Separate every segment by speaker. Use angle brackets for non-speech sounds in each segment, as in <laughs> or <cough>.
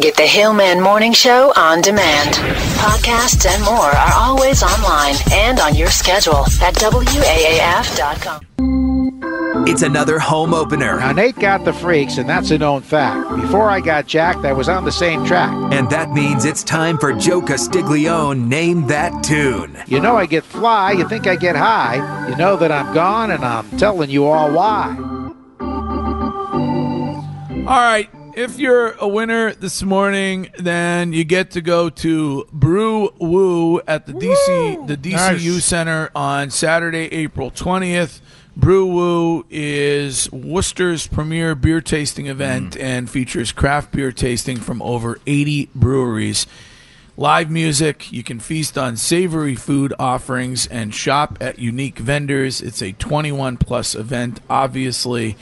Speaker 1: Get the Hillman Morning Show on demand. Podcasts and more are always online and on your schedule at WAAF.com.
Speaker 2: It's another home opener,
Speaker 3: Now, Nate got the freaks, and that's a known fact. Before I got jacked, I was on the same track.
Speaker 2: and that means it's time for Joe Castiglione. Name that tune.
Speaker 3: You know I get fly, you think I get high, you know that I'm gone, and I'm telling you all why.
Speaker 4: All right. If you're a winner this morning, then you get to go to Brew Woo at the DC the DCU Center on Saturday, April 20th. Brew Woo is Worcester's premier beer tasting event and features craft beer tasting from over 80 breweries. Live music, you can feast on savory food offerings and shop at unique vendors. It's a 21 plus event, obviously,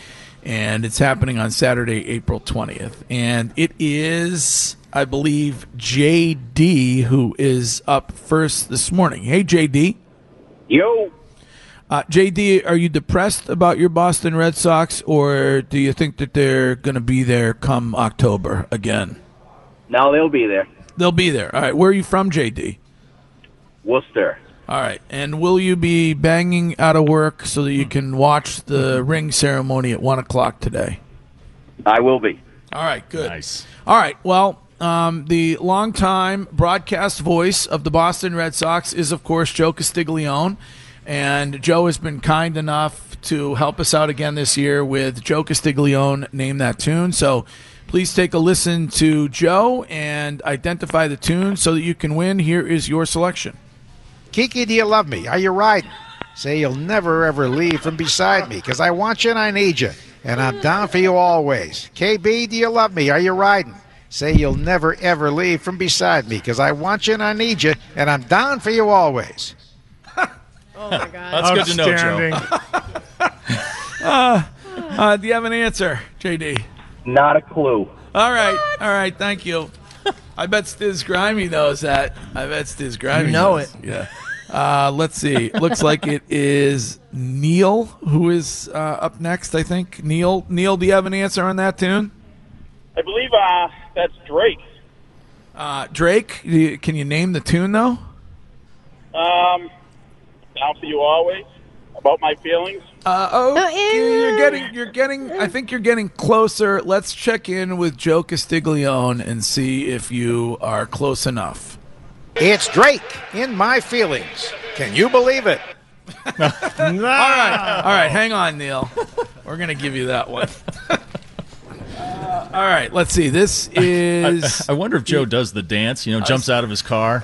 Speaker 4: and it's happening on Saturday, April 20th. And it is, I believe, JD who is up first this morning. Hey, JD.
Speaker 5: Yo,
Speaker 4: Uh, JD, are you depressed about your Boston Red Sox, or do you think that they're going to be there come October again?
Speaker 5: now they'll be there.
Speaker 4: They'll be there. All right. Where are you from, JD?
Speaker 5: Worcester.
Speaker 4: All right. And will you be banging out of work so that you can watch the ring ceremony at one o'clock today?
Speaker 5: I will be.
Speaker 4: All right. Good. Nice. All right. Well, um, the longtime broadcast voice of the Boston Red Sox is, of course, Joe Castiglione. And Joe has been kind enough to help us out again this year with Joe Castiglione, Name That Tune. So please take a listen to Joe and identify the tune so that you can win. Here is your selection.
Speaker 3: Kiki, do you love me? Are you riding? Say you'll never ever leave from beside me, because I want you and I need you, and I'm down for you always. KB, do you love me? Are you riding? Say you'll never ever leave from beside me, because I want you and I need you, and I'm down for
Speaker 6: <laughs>
Speaker 3: you always.
Speaker 6: Oh, That's good to know, Joe.
Speaker 4: Uh, do you have an answer, JD?
Speaker 5: Not a clue.
Speaker 4: All right, all right. Thank you. I bet Stiz Grimy knows that. I bet Stiz Grimy.
Speaker 7: You know
Speaker 4: knows. Yeah. Uh, let's see. Looks like it is Neil who is uh, up next. I think Neil. Neil, do you have an answer on that tune?
Speaker 5: I believe uh, that's Drake.
Speaker 4: Uh, Drake, do you- can you name the tune though?
Speaker 5: Um, down for you always. About my feelings.
Speaker 4: Uh, oh, you're getting, you're getting. I think you're getting closer. Let's check in with Joe Castiglione and see if you are close enough.
Speaker 3: It's Drake in my feelings. Can you believe it?
Speaker 4: All right, all right, hang on, Neil. We're gonna give you that one. all right, let's see.
Speaker 6: <laughs>
Speaker 4: This is <laughs>
Speaker 6: I wonder if Joe does the dance. You know, jumps out of his car.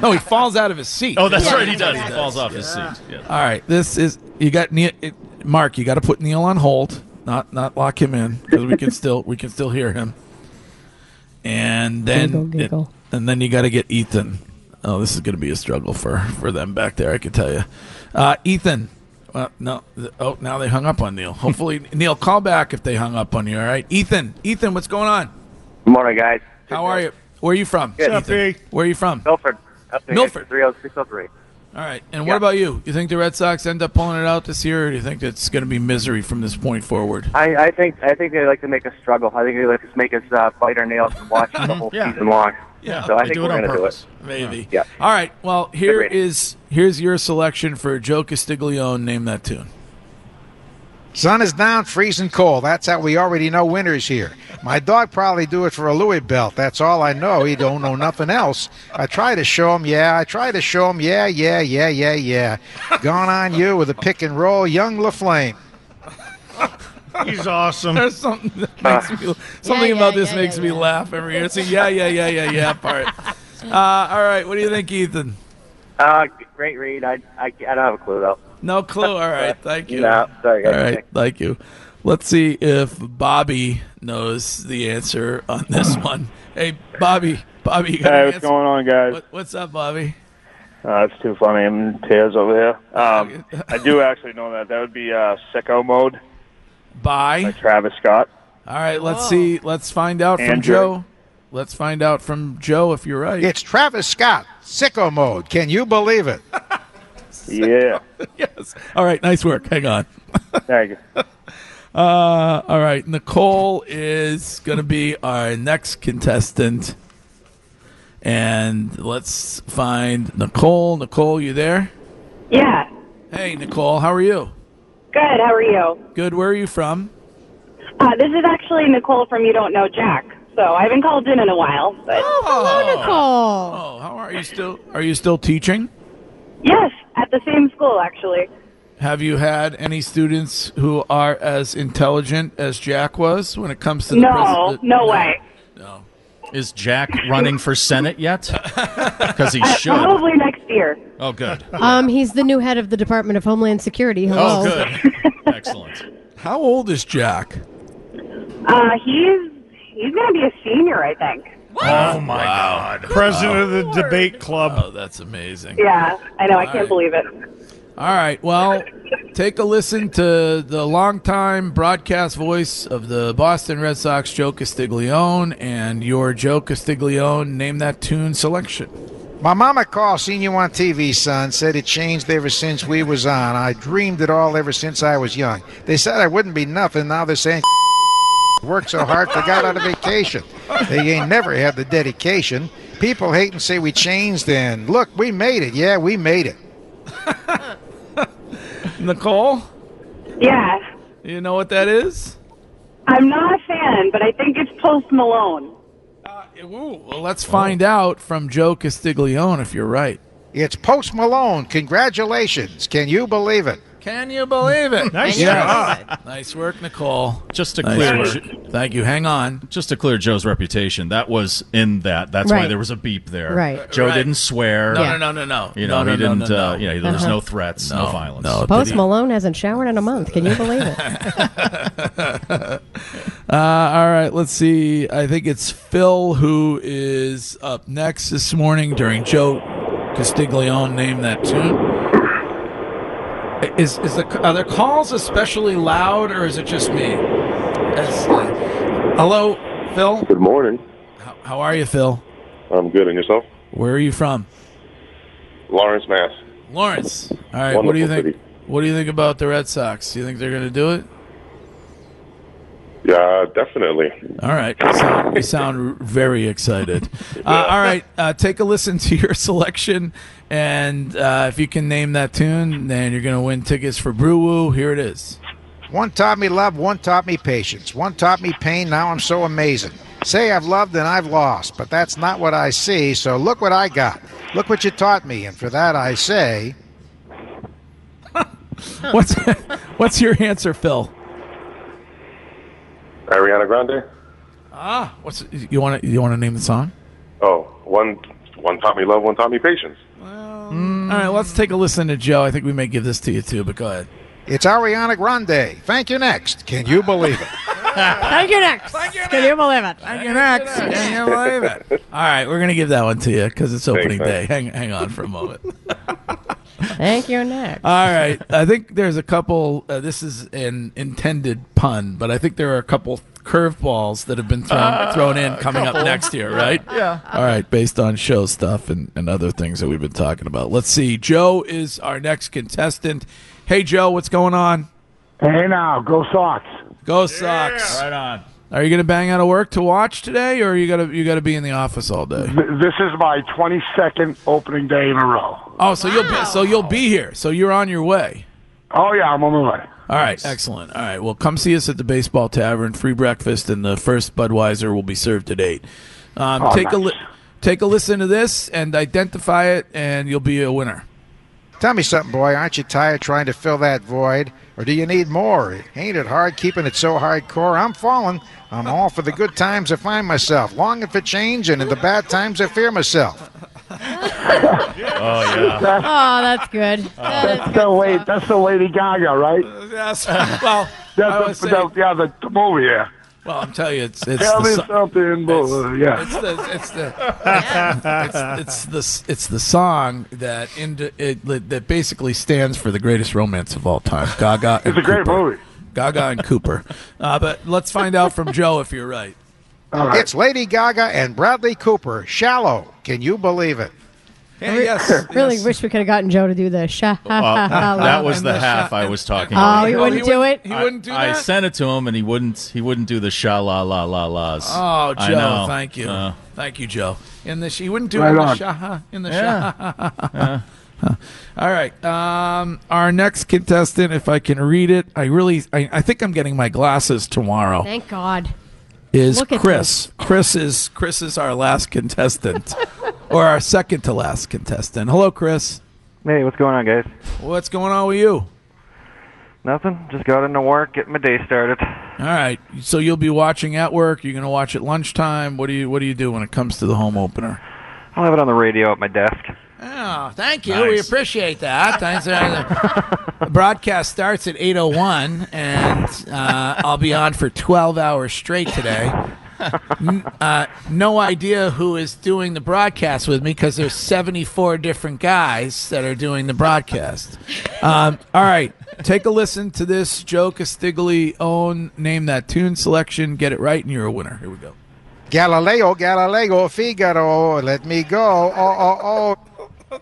Speaker 4: no. He falls out of his seat.
Speaker 6: Oh, that's right. He does. He falls off his seat. Yeah.
Speaker 4: All right, this is you got Neil. It, Mark, you got to put Neil on hold. Not not lock him in because we can still we can still hear him. And then
Speaker 8: Giggle, giggle.
Speaker 4: and then you got to get Ethan. Oh, this is going to be a struggle for for them back there. I can tell you, uh, Ethan. Well, no. th- Oh, now they hung up on Neil. Hopefully, <laughs> Neil, call back if they hung up on you. All right, Ethan. Ethan, what's going on?
Speaker 5: Good morning, guys.
Speaker 4: How are you? Where are you from?
Speaker 5: What's
Speaker 6: up,
Speaker 4: Ethan?
Speaker 6: B?
Speaker 4: Where are you from? All
Speaker 5: Milford. Up there,
Speaker 4: Milford.
Speaker 5: 30603.
Speaker 4: right. And what about you? You think the Red Sox end up pulling it out this year, or do you think it's going to be misery from this point forward?
Speaker 5: I, I think I think they like to make us struggle. I think they like to make us uh, bite our nails and watch the whole
Speaker 6: Mm-hmm. Yeah.
Speaker 5: season long.
Speaker 6: Yeah.
Speaker 5: So I
Speaker 6: They
Speaker 5: think
Speaker 6: do
Speaker 5: we're
Speaker 6: it on
Speaker 5: gonna do
Speaker 6: purpose.
Speaker 5: it.
Speaker 4: Maybe.
Speaker 5: Yeah.
Speaker 4: All right. Well, here
Speaker 5: Agreed.
Speaker 4: is here's your selection for Joe Castiglione. Name that tune.
Speaker 3: Sun is down, freezing cold. That's how we already know winter's here. My dog probably do it for a Louis belt. That's all I know. He don't know nothing else. I try to show him, yeah. I try to show him, yeah, yeah, yeah, yeah, yeah. Gone on you with a pick and roll, young LaFlame.
Speaker 6: <laughs> He's awesome.
Speaker 4: <laughs> There's something that makes me something
Speaker 8: yeah,
Speaker 4: about this
Speaker 8: yeah,
Speaker 4: makes
Speaker 8: yeah,
Speaker 4: me
Speaker 8: yeah.
Speaker 4: laugh every year. It's a yeah, yeah, yeah, yeah, <laughs> yeah part. Uh, all right. What do you think, Ethan?
Speaker 5: Uh, great read. I, I I don't have a clue though.
Speaker 4: No clue. All right. Thank you.
Speaker 5: No, sorry,
Speaker 4: All
Speaker 5: guys.
Speaker 4: right. Thank you. Let's see if Bobby knows the answer on
Speaker 5: <laughs>
Speaker 4: this one. Hey, Bobby, Bobby, you got
Speaker 5: Hey,
Speaker 4: an
Speaker 5: what's
Speaker 4: answer?
Speaker 5: going on, guys?
Speaker 4: What, what's up, Bobby?
Speaker 5: Uh, it's too funny. I'm in tears over here. Um, I do actually know that. That would be uh, Sicko Mode by
Speaker 4: Bye.
Speaker 5: Travis Scott.
Speaker 4: All right, let's see. Let's find out from
Speaker 5: Andrew.
Speaker 4: Joe. Let's find out from Joe if you're right.
Speaker 3: It's Travis Scott, sicko mode. Can you believe it?
Speaker 5: Yeah.
Speaker 4: Yes. All right, nice work. Hang on.
Speaker 5: Thank you.
Speaker 4: <laughs> Uh, all right, Nicole is going to be our next contestant. And let's find Nicole. Nicole, you there?
Speaker 7: Yeah.
Speaker 4: Hey, Nicole, how are you?
Speaker 7: Good. How are you?
Speaker 4: Good. Where are you from?
Speaker 7: Uh, this is actually Nicole from You Don't Know Jack. So I haven't called in in a while, but
Speaker 8: Nicole.
Speaker 4: Oh, how are you still? Are you still teaching?
Speaker 7: yes, at the same school actually.
Speaker 4: Have you had any students who are as intelligent as Jack was when it comes to the
Speaker 7: no,
Speaker 4: presi-
Speaker 8: uh,
Speaker 7: no way.
Speaker 6: Is Jack running for Senate <laughs> yet? Because he should.
Speaker 7: Probably next year.
Speaker 6: Oh, good.
Speaker 8: <laughs> Um, he's the new head of the Department of Homeland Security. Hello.
Speaker 6: Oh, good. Excellent.
Speaker 4: How old is Jack?
Speaker 7: Uh, he's he's gonna be a senior, I think.
Speaker 6: Oh my God.
Speaker 9: President of the debate club.
Speaker 4: Oh, that's amazing.
Speaker 7: Yeah, I know. I
Speaker 4: right.
Speaker 7: can't believe it.
Speaker 4: All right. Well, take a listen to the longtime broadcast voice of the Boston Red Sox, Joe Castiglione, and your Joe Castiglione name that tune selection.
Speaker 3: My mama called, seen you on TV, son. Said it changed ever since we was on. I dreamed it all ever since I was young. They said I wouldn't be nothing. Now they're saying <laughs> worked so hard, forgot out of vacation. They ain't never had the dedication. People hate and say we changed. And look, we made it. Yeah, we made it.
Speaker 4: Nicole,
Speaker 7: Yeah,
Speaker 4: you know what that is?
Speaker 7: I'm not a fan, but I think it's Post Malone.
Speaker 4: Well, let's find out from Joe Castiglione if you're right.
Speaker 3: It's Post Malone. Congratulations. Can you believe it?
Speaker 4: Can you believe it?
Speaker 9: Nice job.
Speaker 4: nice work, Nicole.
Speaker 6: Just to
Speaker 4: Nice
Speaker 6: clear,
Speaker 4: work. Thank you. Hang on.
Speaker 6: just to clear Joe's reputation, that was in that. That's why
Speaker 8: Right.
Speaker 6: there was a beep there.
Speaker 8: Right.
Speaker 6: Joe
Speaker 4: Right.
Speaker 6: didn't swear.
Speaker 4: No, no, no, no, no.
Speaker 6: You know,
Speaker 4: no, no,
Speaker 6: he
Speaker 4: no,
Speaker 6: didn't.
Speaker 4: no, no. Uh-huh.
Speaker 6: Uh, you know, there was no threats, no,
Speaker 4: No,
Speaker 6: violence.
Speaker 4: no.
Speaker 8: Post Malone hasn't showered in a month. Can you believe it?
Speaker 4: Uh, All right, let's see. I think it's Phil who is up next this morning during Joe Castiglione named that tune. Is is the are the calls especially loud or is it just me? That's- hello, Phil.
Speaker 5: Good morning.
Speaker 4: How, how are you, Phil?
Speaker 5: I'm good. And yourself?
Speaker 4: Where are you from?
Speaker 5: Lawrence Mass.
Speaker 4: Lawrence. All right. what do you
Speaker 5: Wonderful
Speaker 4: think?
Speaker 5: city.
Speaker 4: What do you think about the Red Sox? Do you think they're going to do it?
Speaker 5: Yeah, definitely.
Speaker 4: All right. You sound, you sound very excited. Uh, all right. Uh, take a listen to your <laughs> selection. And uh, if you can name that tune, then you're going to win tickets for Brew Woo. Here it is.
Speaker 3: One taught me love, one taught me patience, one taught me pain, now I'm so amazing. Say I've loved and I've lost, but that's not what I see, so look what I got. Look what you taught me, and for that I say,
Speaker 4: What's, <laughs> what's your answer, Phil?
Speaker 5: Ariana Grande?
Speaker 4: Ah, what's you want to you want to name the song?
Speaker 5: Oh, one, one taught me love, one taught me patience.
Speaker 4: All right, let's take a listen to Joe. I think we may give this to you too, but go ahead.
Speaker 3: It's Ariana Grande. Thank you next. Can you believe it?
Speaker 8: Thank you, next. Can you believe it?
Speaker 4: Thank you, next. Can you believe it? All right, we're gonna give that one to you because it's opening day.
Speaker 5: Thanks,
Speaker 4: Hang hang on for a moment.
Speaker 8: Thank you, next.
Speaker 4: All right. I think there's a couple. Uh, this is an intended pun, but I think there are a couple curveballs that have been thrown, thrown in coming up next year, right? Uh, Yeah. All right. Based on show stuff and, and other things that we've been talking about. Let's see. Joe is our next contestant. Hey, Joe, what's going on?
Speaker 9: Hey now, go Sox.
Speaker 4: Go Sox.
Speaker 6: Right on.
Speaker 4: Are you going to bang out of work to watch today, or are you going to you got to be in the office all day?
Speaker 9: Th- This is my 22nd opening day in a row.
Speaker 4: Oh, so you'll be, so you'll be here. So you're on your way.
Speaker 9: Oh yeah, I'm on the way.
Speaker 4: All right, excellent. All right, well, come see us at the Baseball Tavern. Free breakfast, and the first Budweiser will be served at eight. Um,
Speaker 9: Oh,
Speaker 4: take a
Speaker 9: nice.
Speaker 4: li- take a listen to this and identify it, and you'll be a winner.
Speaker 3: Tell me something, boy. Aren't you tired trying to fill that void? Or do you need more? Ain't it hard keeping it so hardcore? I'm falling. I'm all for the good times I find myself, longing for change, and in the bad times I fear myself.
Speaker 6: oh
Speaker 8: oh, that's good. That is
Speaker 9: That's the way. That's the Lady Gaga, right?
Speaker 4: Yes. Well, I
Speaker 9: that's
Speaker 4: was
Speaker 9: the, that, yeah, the t- movie. Yeah.
Speaker 4: Well, I'm telling you, it's it's
Speaker 9: Tell
Speaker 4: the
Speaker 9: me
Speaker 4: so-
Speaker 9: something, boy. Yeah.
Speaker 4: It's the it's the it's, it's the it's the song that ind- it, that basically stands for the greatest romance of all time. Gaga. And
Speaker 9: It's a great
Speaker 4: Cooper.
Speaker 9: movie.
Speaker 4: Gaga and Cooper. Uh, but let's find out from Joe if you're right.
Speaker 3: It's Lady Gaga and Bradley Cooper. Shallow. Can you believe it?
Speaker 4: Yeah, yes.
Speaker 8: <laughs> Really wish we could have gotten Joe to do the sha ha ha
Speaker 6: Well,
Speaker 8: ha.
Speaker 6: that
Speaker 8: laugh.
Speaker 6: was the half I was talking
Speaker 8: Oh,
Speaker 6: about.
Speaker 8: you wouldn't
Speaker 4: he
Speaker 8: do it?
Speaker 4: He wouldn't do
Speaker 6: I
Speaker 4: that.
Speaker 6: sent it to him, and he wouldn't. He wouldn't do the sha la la la las.
Speaker 4: Oh,
Speaker 6: I
Speaker 4: Joe,
Speaker 6: know.
Speaker 4: thank you,
Speaker 6: Uh,
Speaker 4: thank you, Joe. In the he wouldn't do
Speaker 9: Right
Speaker 4: it in the
Speaker 9: on.
Speaker 4: sha ha in the
Speaker 6: Yeah.
Speaker 4: sha ha ha ha. ha. <laughs> All right, um, our next contestant, if I can read it, I really, I, I think I'm getting my glasses tomorrow.
Speaker 8: Thank God.
Speaker 4: is
Speaker 8: Look at
Speaker 4: Chris. Chris is Chris is our last contestant, <laughs> or our second to last contestant. Hello, Chris.
Speaker 10: Hey, what's going on, guys?
Speaker 4: What's going on with you?
Speaker 10: Nothing. Just got into work, getting my day started.
Speaker 4: All right, so you'll be watching at work. You're going to watch at lunchtime. What do you What do you do when it comes to the home opener?
Speaker 10: I'll have it on the radio at my desk.
Speaker 4: Oh, thank you.
Speaker 10: Nice.
Speaker 4: We appreciate that. Thanks. uh, the broadcast starts at 8.01, and uh, I'll be on for 12 hours straight today. N- uh, no idea who is doing the broadcast with me because there's 74 different guys that are doing the broadcast. Um, all right, take a listen to this Joe Castiglione own name that tune selection. Get it right, and you're a winner. Here we go.
Speaker 3: Galileo, Galileo, Figaro, let me go. Oh, oh,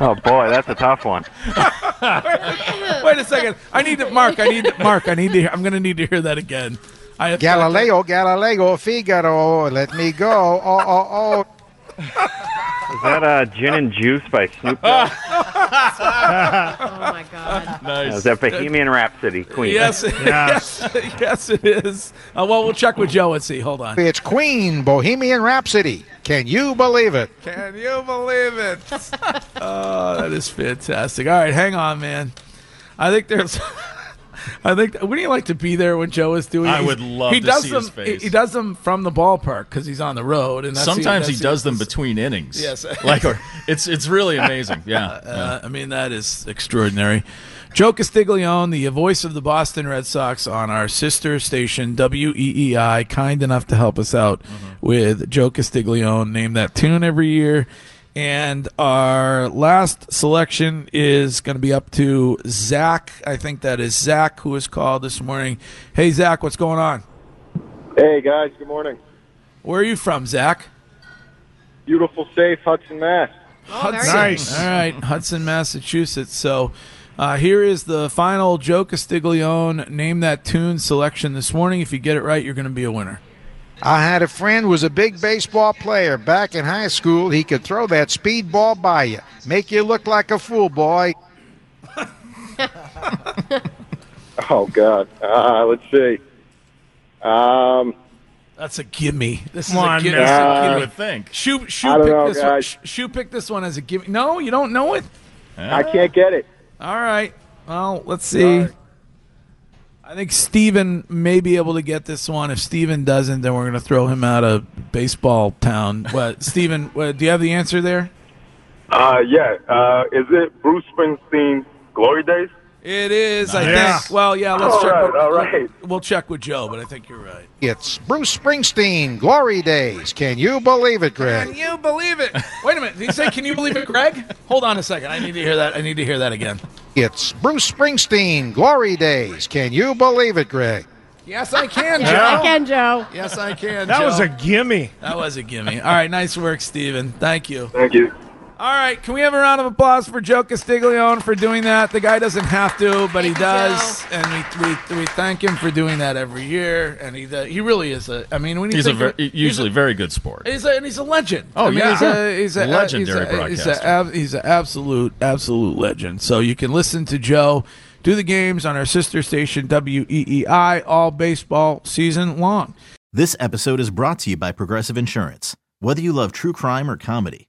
Speaker 10: Oh boy, that's a tough one.
Speaker 4: Wait a second. I need to Mark. I need Mark. I need to. Hear, I'm going to need to hear that again. I
Speaker 3: oh.
Speaker 4: have
Speaker 3: Galileo, Galileo, Figaro, let me go. Oh, oh, oh.
Speaker 10: Is that uh, gin and juice by Snoop Dogg?
Speaker 8: Oh my God.
Speaker 10: Is that Bohemian Rhapsody Queen?
Speaker 4: <laughs> Yes, yes, yes, it is. Uh, well, we'll check with Joe and see. Hold on.
Speaker 3: It's Queen Bohemian Rhapsody. Can you believe it?
Speaker 4: <laughs> Can you believe it? <laughs> oh, that is fantastic. All right, hang on, man. I think there's. <laughs> I think. Wouldn't you like to be there when Joe is doing?
Speaker 6: I
Speaker 4: he's-
Speaker 6: would love
Speaker 4: he
Speaker 6: to
Speaker 4: does
Speaker 6: see
Speaker 4: them,
Speaker 6: his face.
Speaker 4: He, he does them from the ballpark because he's on the road, and that's the-
Speaker 6: Sometimes he
Speaker 4: that's the-
Speaker 6: does them between innings.
Speaker 4: Yes.
Speaker 6: <laughs> like or, it's it's really
Speaker 4: <laughs>
Speaker 6: amazing. Yeah.
Speaker 4: Uh, I mean, that is extraordinary. Joe Castiglione, the voice of the Boston Red Sox on our sister station, WEEI, kind enough to help us out with Joe Castiglione, name that tune every year. And our last selection is going to be up to Zach. I think that is Zach who was called this morning. Hey, Zach, what's going on?
Speaker 11: Hey guys, good morning.
Speaker 4: Where are you from, Zach?
Speaker 11: Beautiful, safe Hudson, Mass.
Speaker 4: Hudson. All right, Hudson, Massachusetts. So uh, here is the final Joe Castiglione name that tune selection this morning. If you get it right, you're going to be a winner.
Speaker 3: I had a friend who was a big baseball player back in high school. He could throw that speed ball by you, make you look like a fool, boy.
Speaker 11: Oh God. Uh, let's see. Um,
Speaker 4: That's a gimme. This is
Speaker 11: Come
Speaker 4: a
Speaker 11: on,
Speaker 4: gimme.
Speaker 11: man.
Speaker 4: This is a
Speaker 11: Uh,
Speaker 4: gimme.
Speaker 11: You would
Speaker 6: think.
Speaker 4: Shoe, shoe
Speaker 11: I don't
Speaker 4: picked
Speaker 11: know,
Speaker 4: this one.
Speaker 11: guys.
Speaker 4: Sh- Shoe picked this one as a gimme. No, you don't know it.
Speaker 11: I can't get it.
Speaker 4: All right. Well, let's see. I think Steven may be able to get this one. If Steven doesn't, then we're going to throw him out of baseball town. What, Steven, <laughs> what, do you have the answer there?
Speaker 12: Uh, yeah. Uh, is it Bruce Springsteen's Glory Days?
Speaker 4: It is, I
Speaker 12: Yeah.
Speaker 4: think. Well, yeah, let's
Speaker 12: All
Speaker 4: check.
Speaker 12: right,
Speaker 4: with,
Speaker 12: all right.
Speaker 4: We'll check with Joe, but I think you're right.
Speaker 3: It's Bruce Springsteen, Glory Days. Can you believe it, Greg?
Speaker 4: you believe it? Wait a minute. Did he say, can you believe it, Greg? Hold on a second. I need to hear that. I need to hear that again.
Speaker 3: It's Bruce Springsteen, Glory Days. Can you believe it, Greg?
Speaker 4: Yes, I can,
Speaker 8: Yes,
Speaker 4: Joe.
Speaker 8: I can, Joe.
Speaker 4: Yes, I can.
Speaker 8: That was a
Speaker 4: gimme. That was a gimme. All right, nice work, Steven. Thank you.
Speaker 12: Thank you.
Speaker 4: All right, can we have a round of applause for Joe Castiglione for doing that? The guy doesn't have to, but he does, and we, we, we thank him for doing that every year. And he does, he really is a. I mean, when you
Speaker 6: He's a
Speaker 4: think
Speaker 6: ver-
Speaker 4: of- he's
Speaker 6: usually very good sport.
Speaker 4: He's a, and he's a legend.
Speaker 6: Oh, yeah.
Speaker 4: he's a, he's a
Speaker 6: Legendary
Speaker 4: he's a, He's,
Speaker 6: broadcaster.
Speaker 4: a ab- he's an absolute, absolute legend. So you can listen to Joe do the games on our sister station WEEI all baseball season long.
Speaker 13: This episode is brought to you by Progressive Insurance. Whether you love true crime or comedy,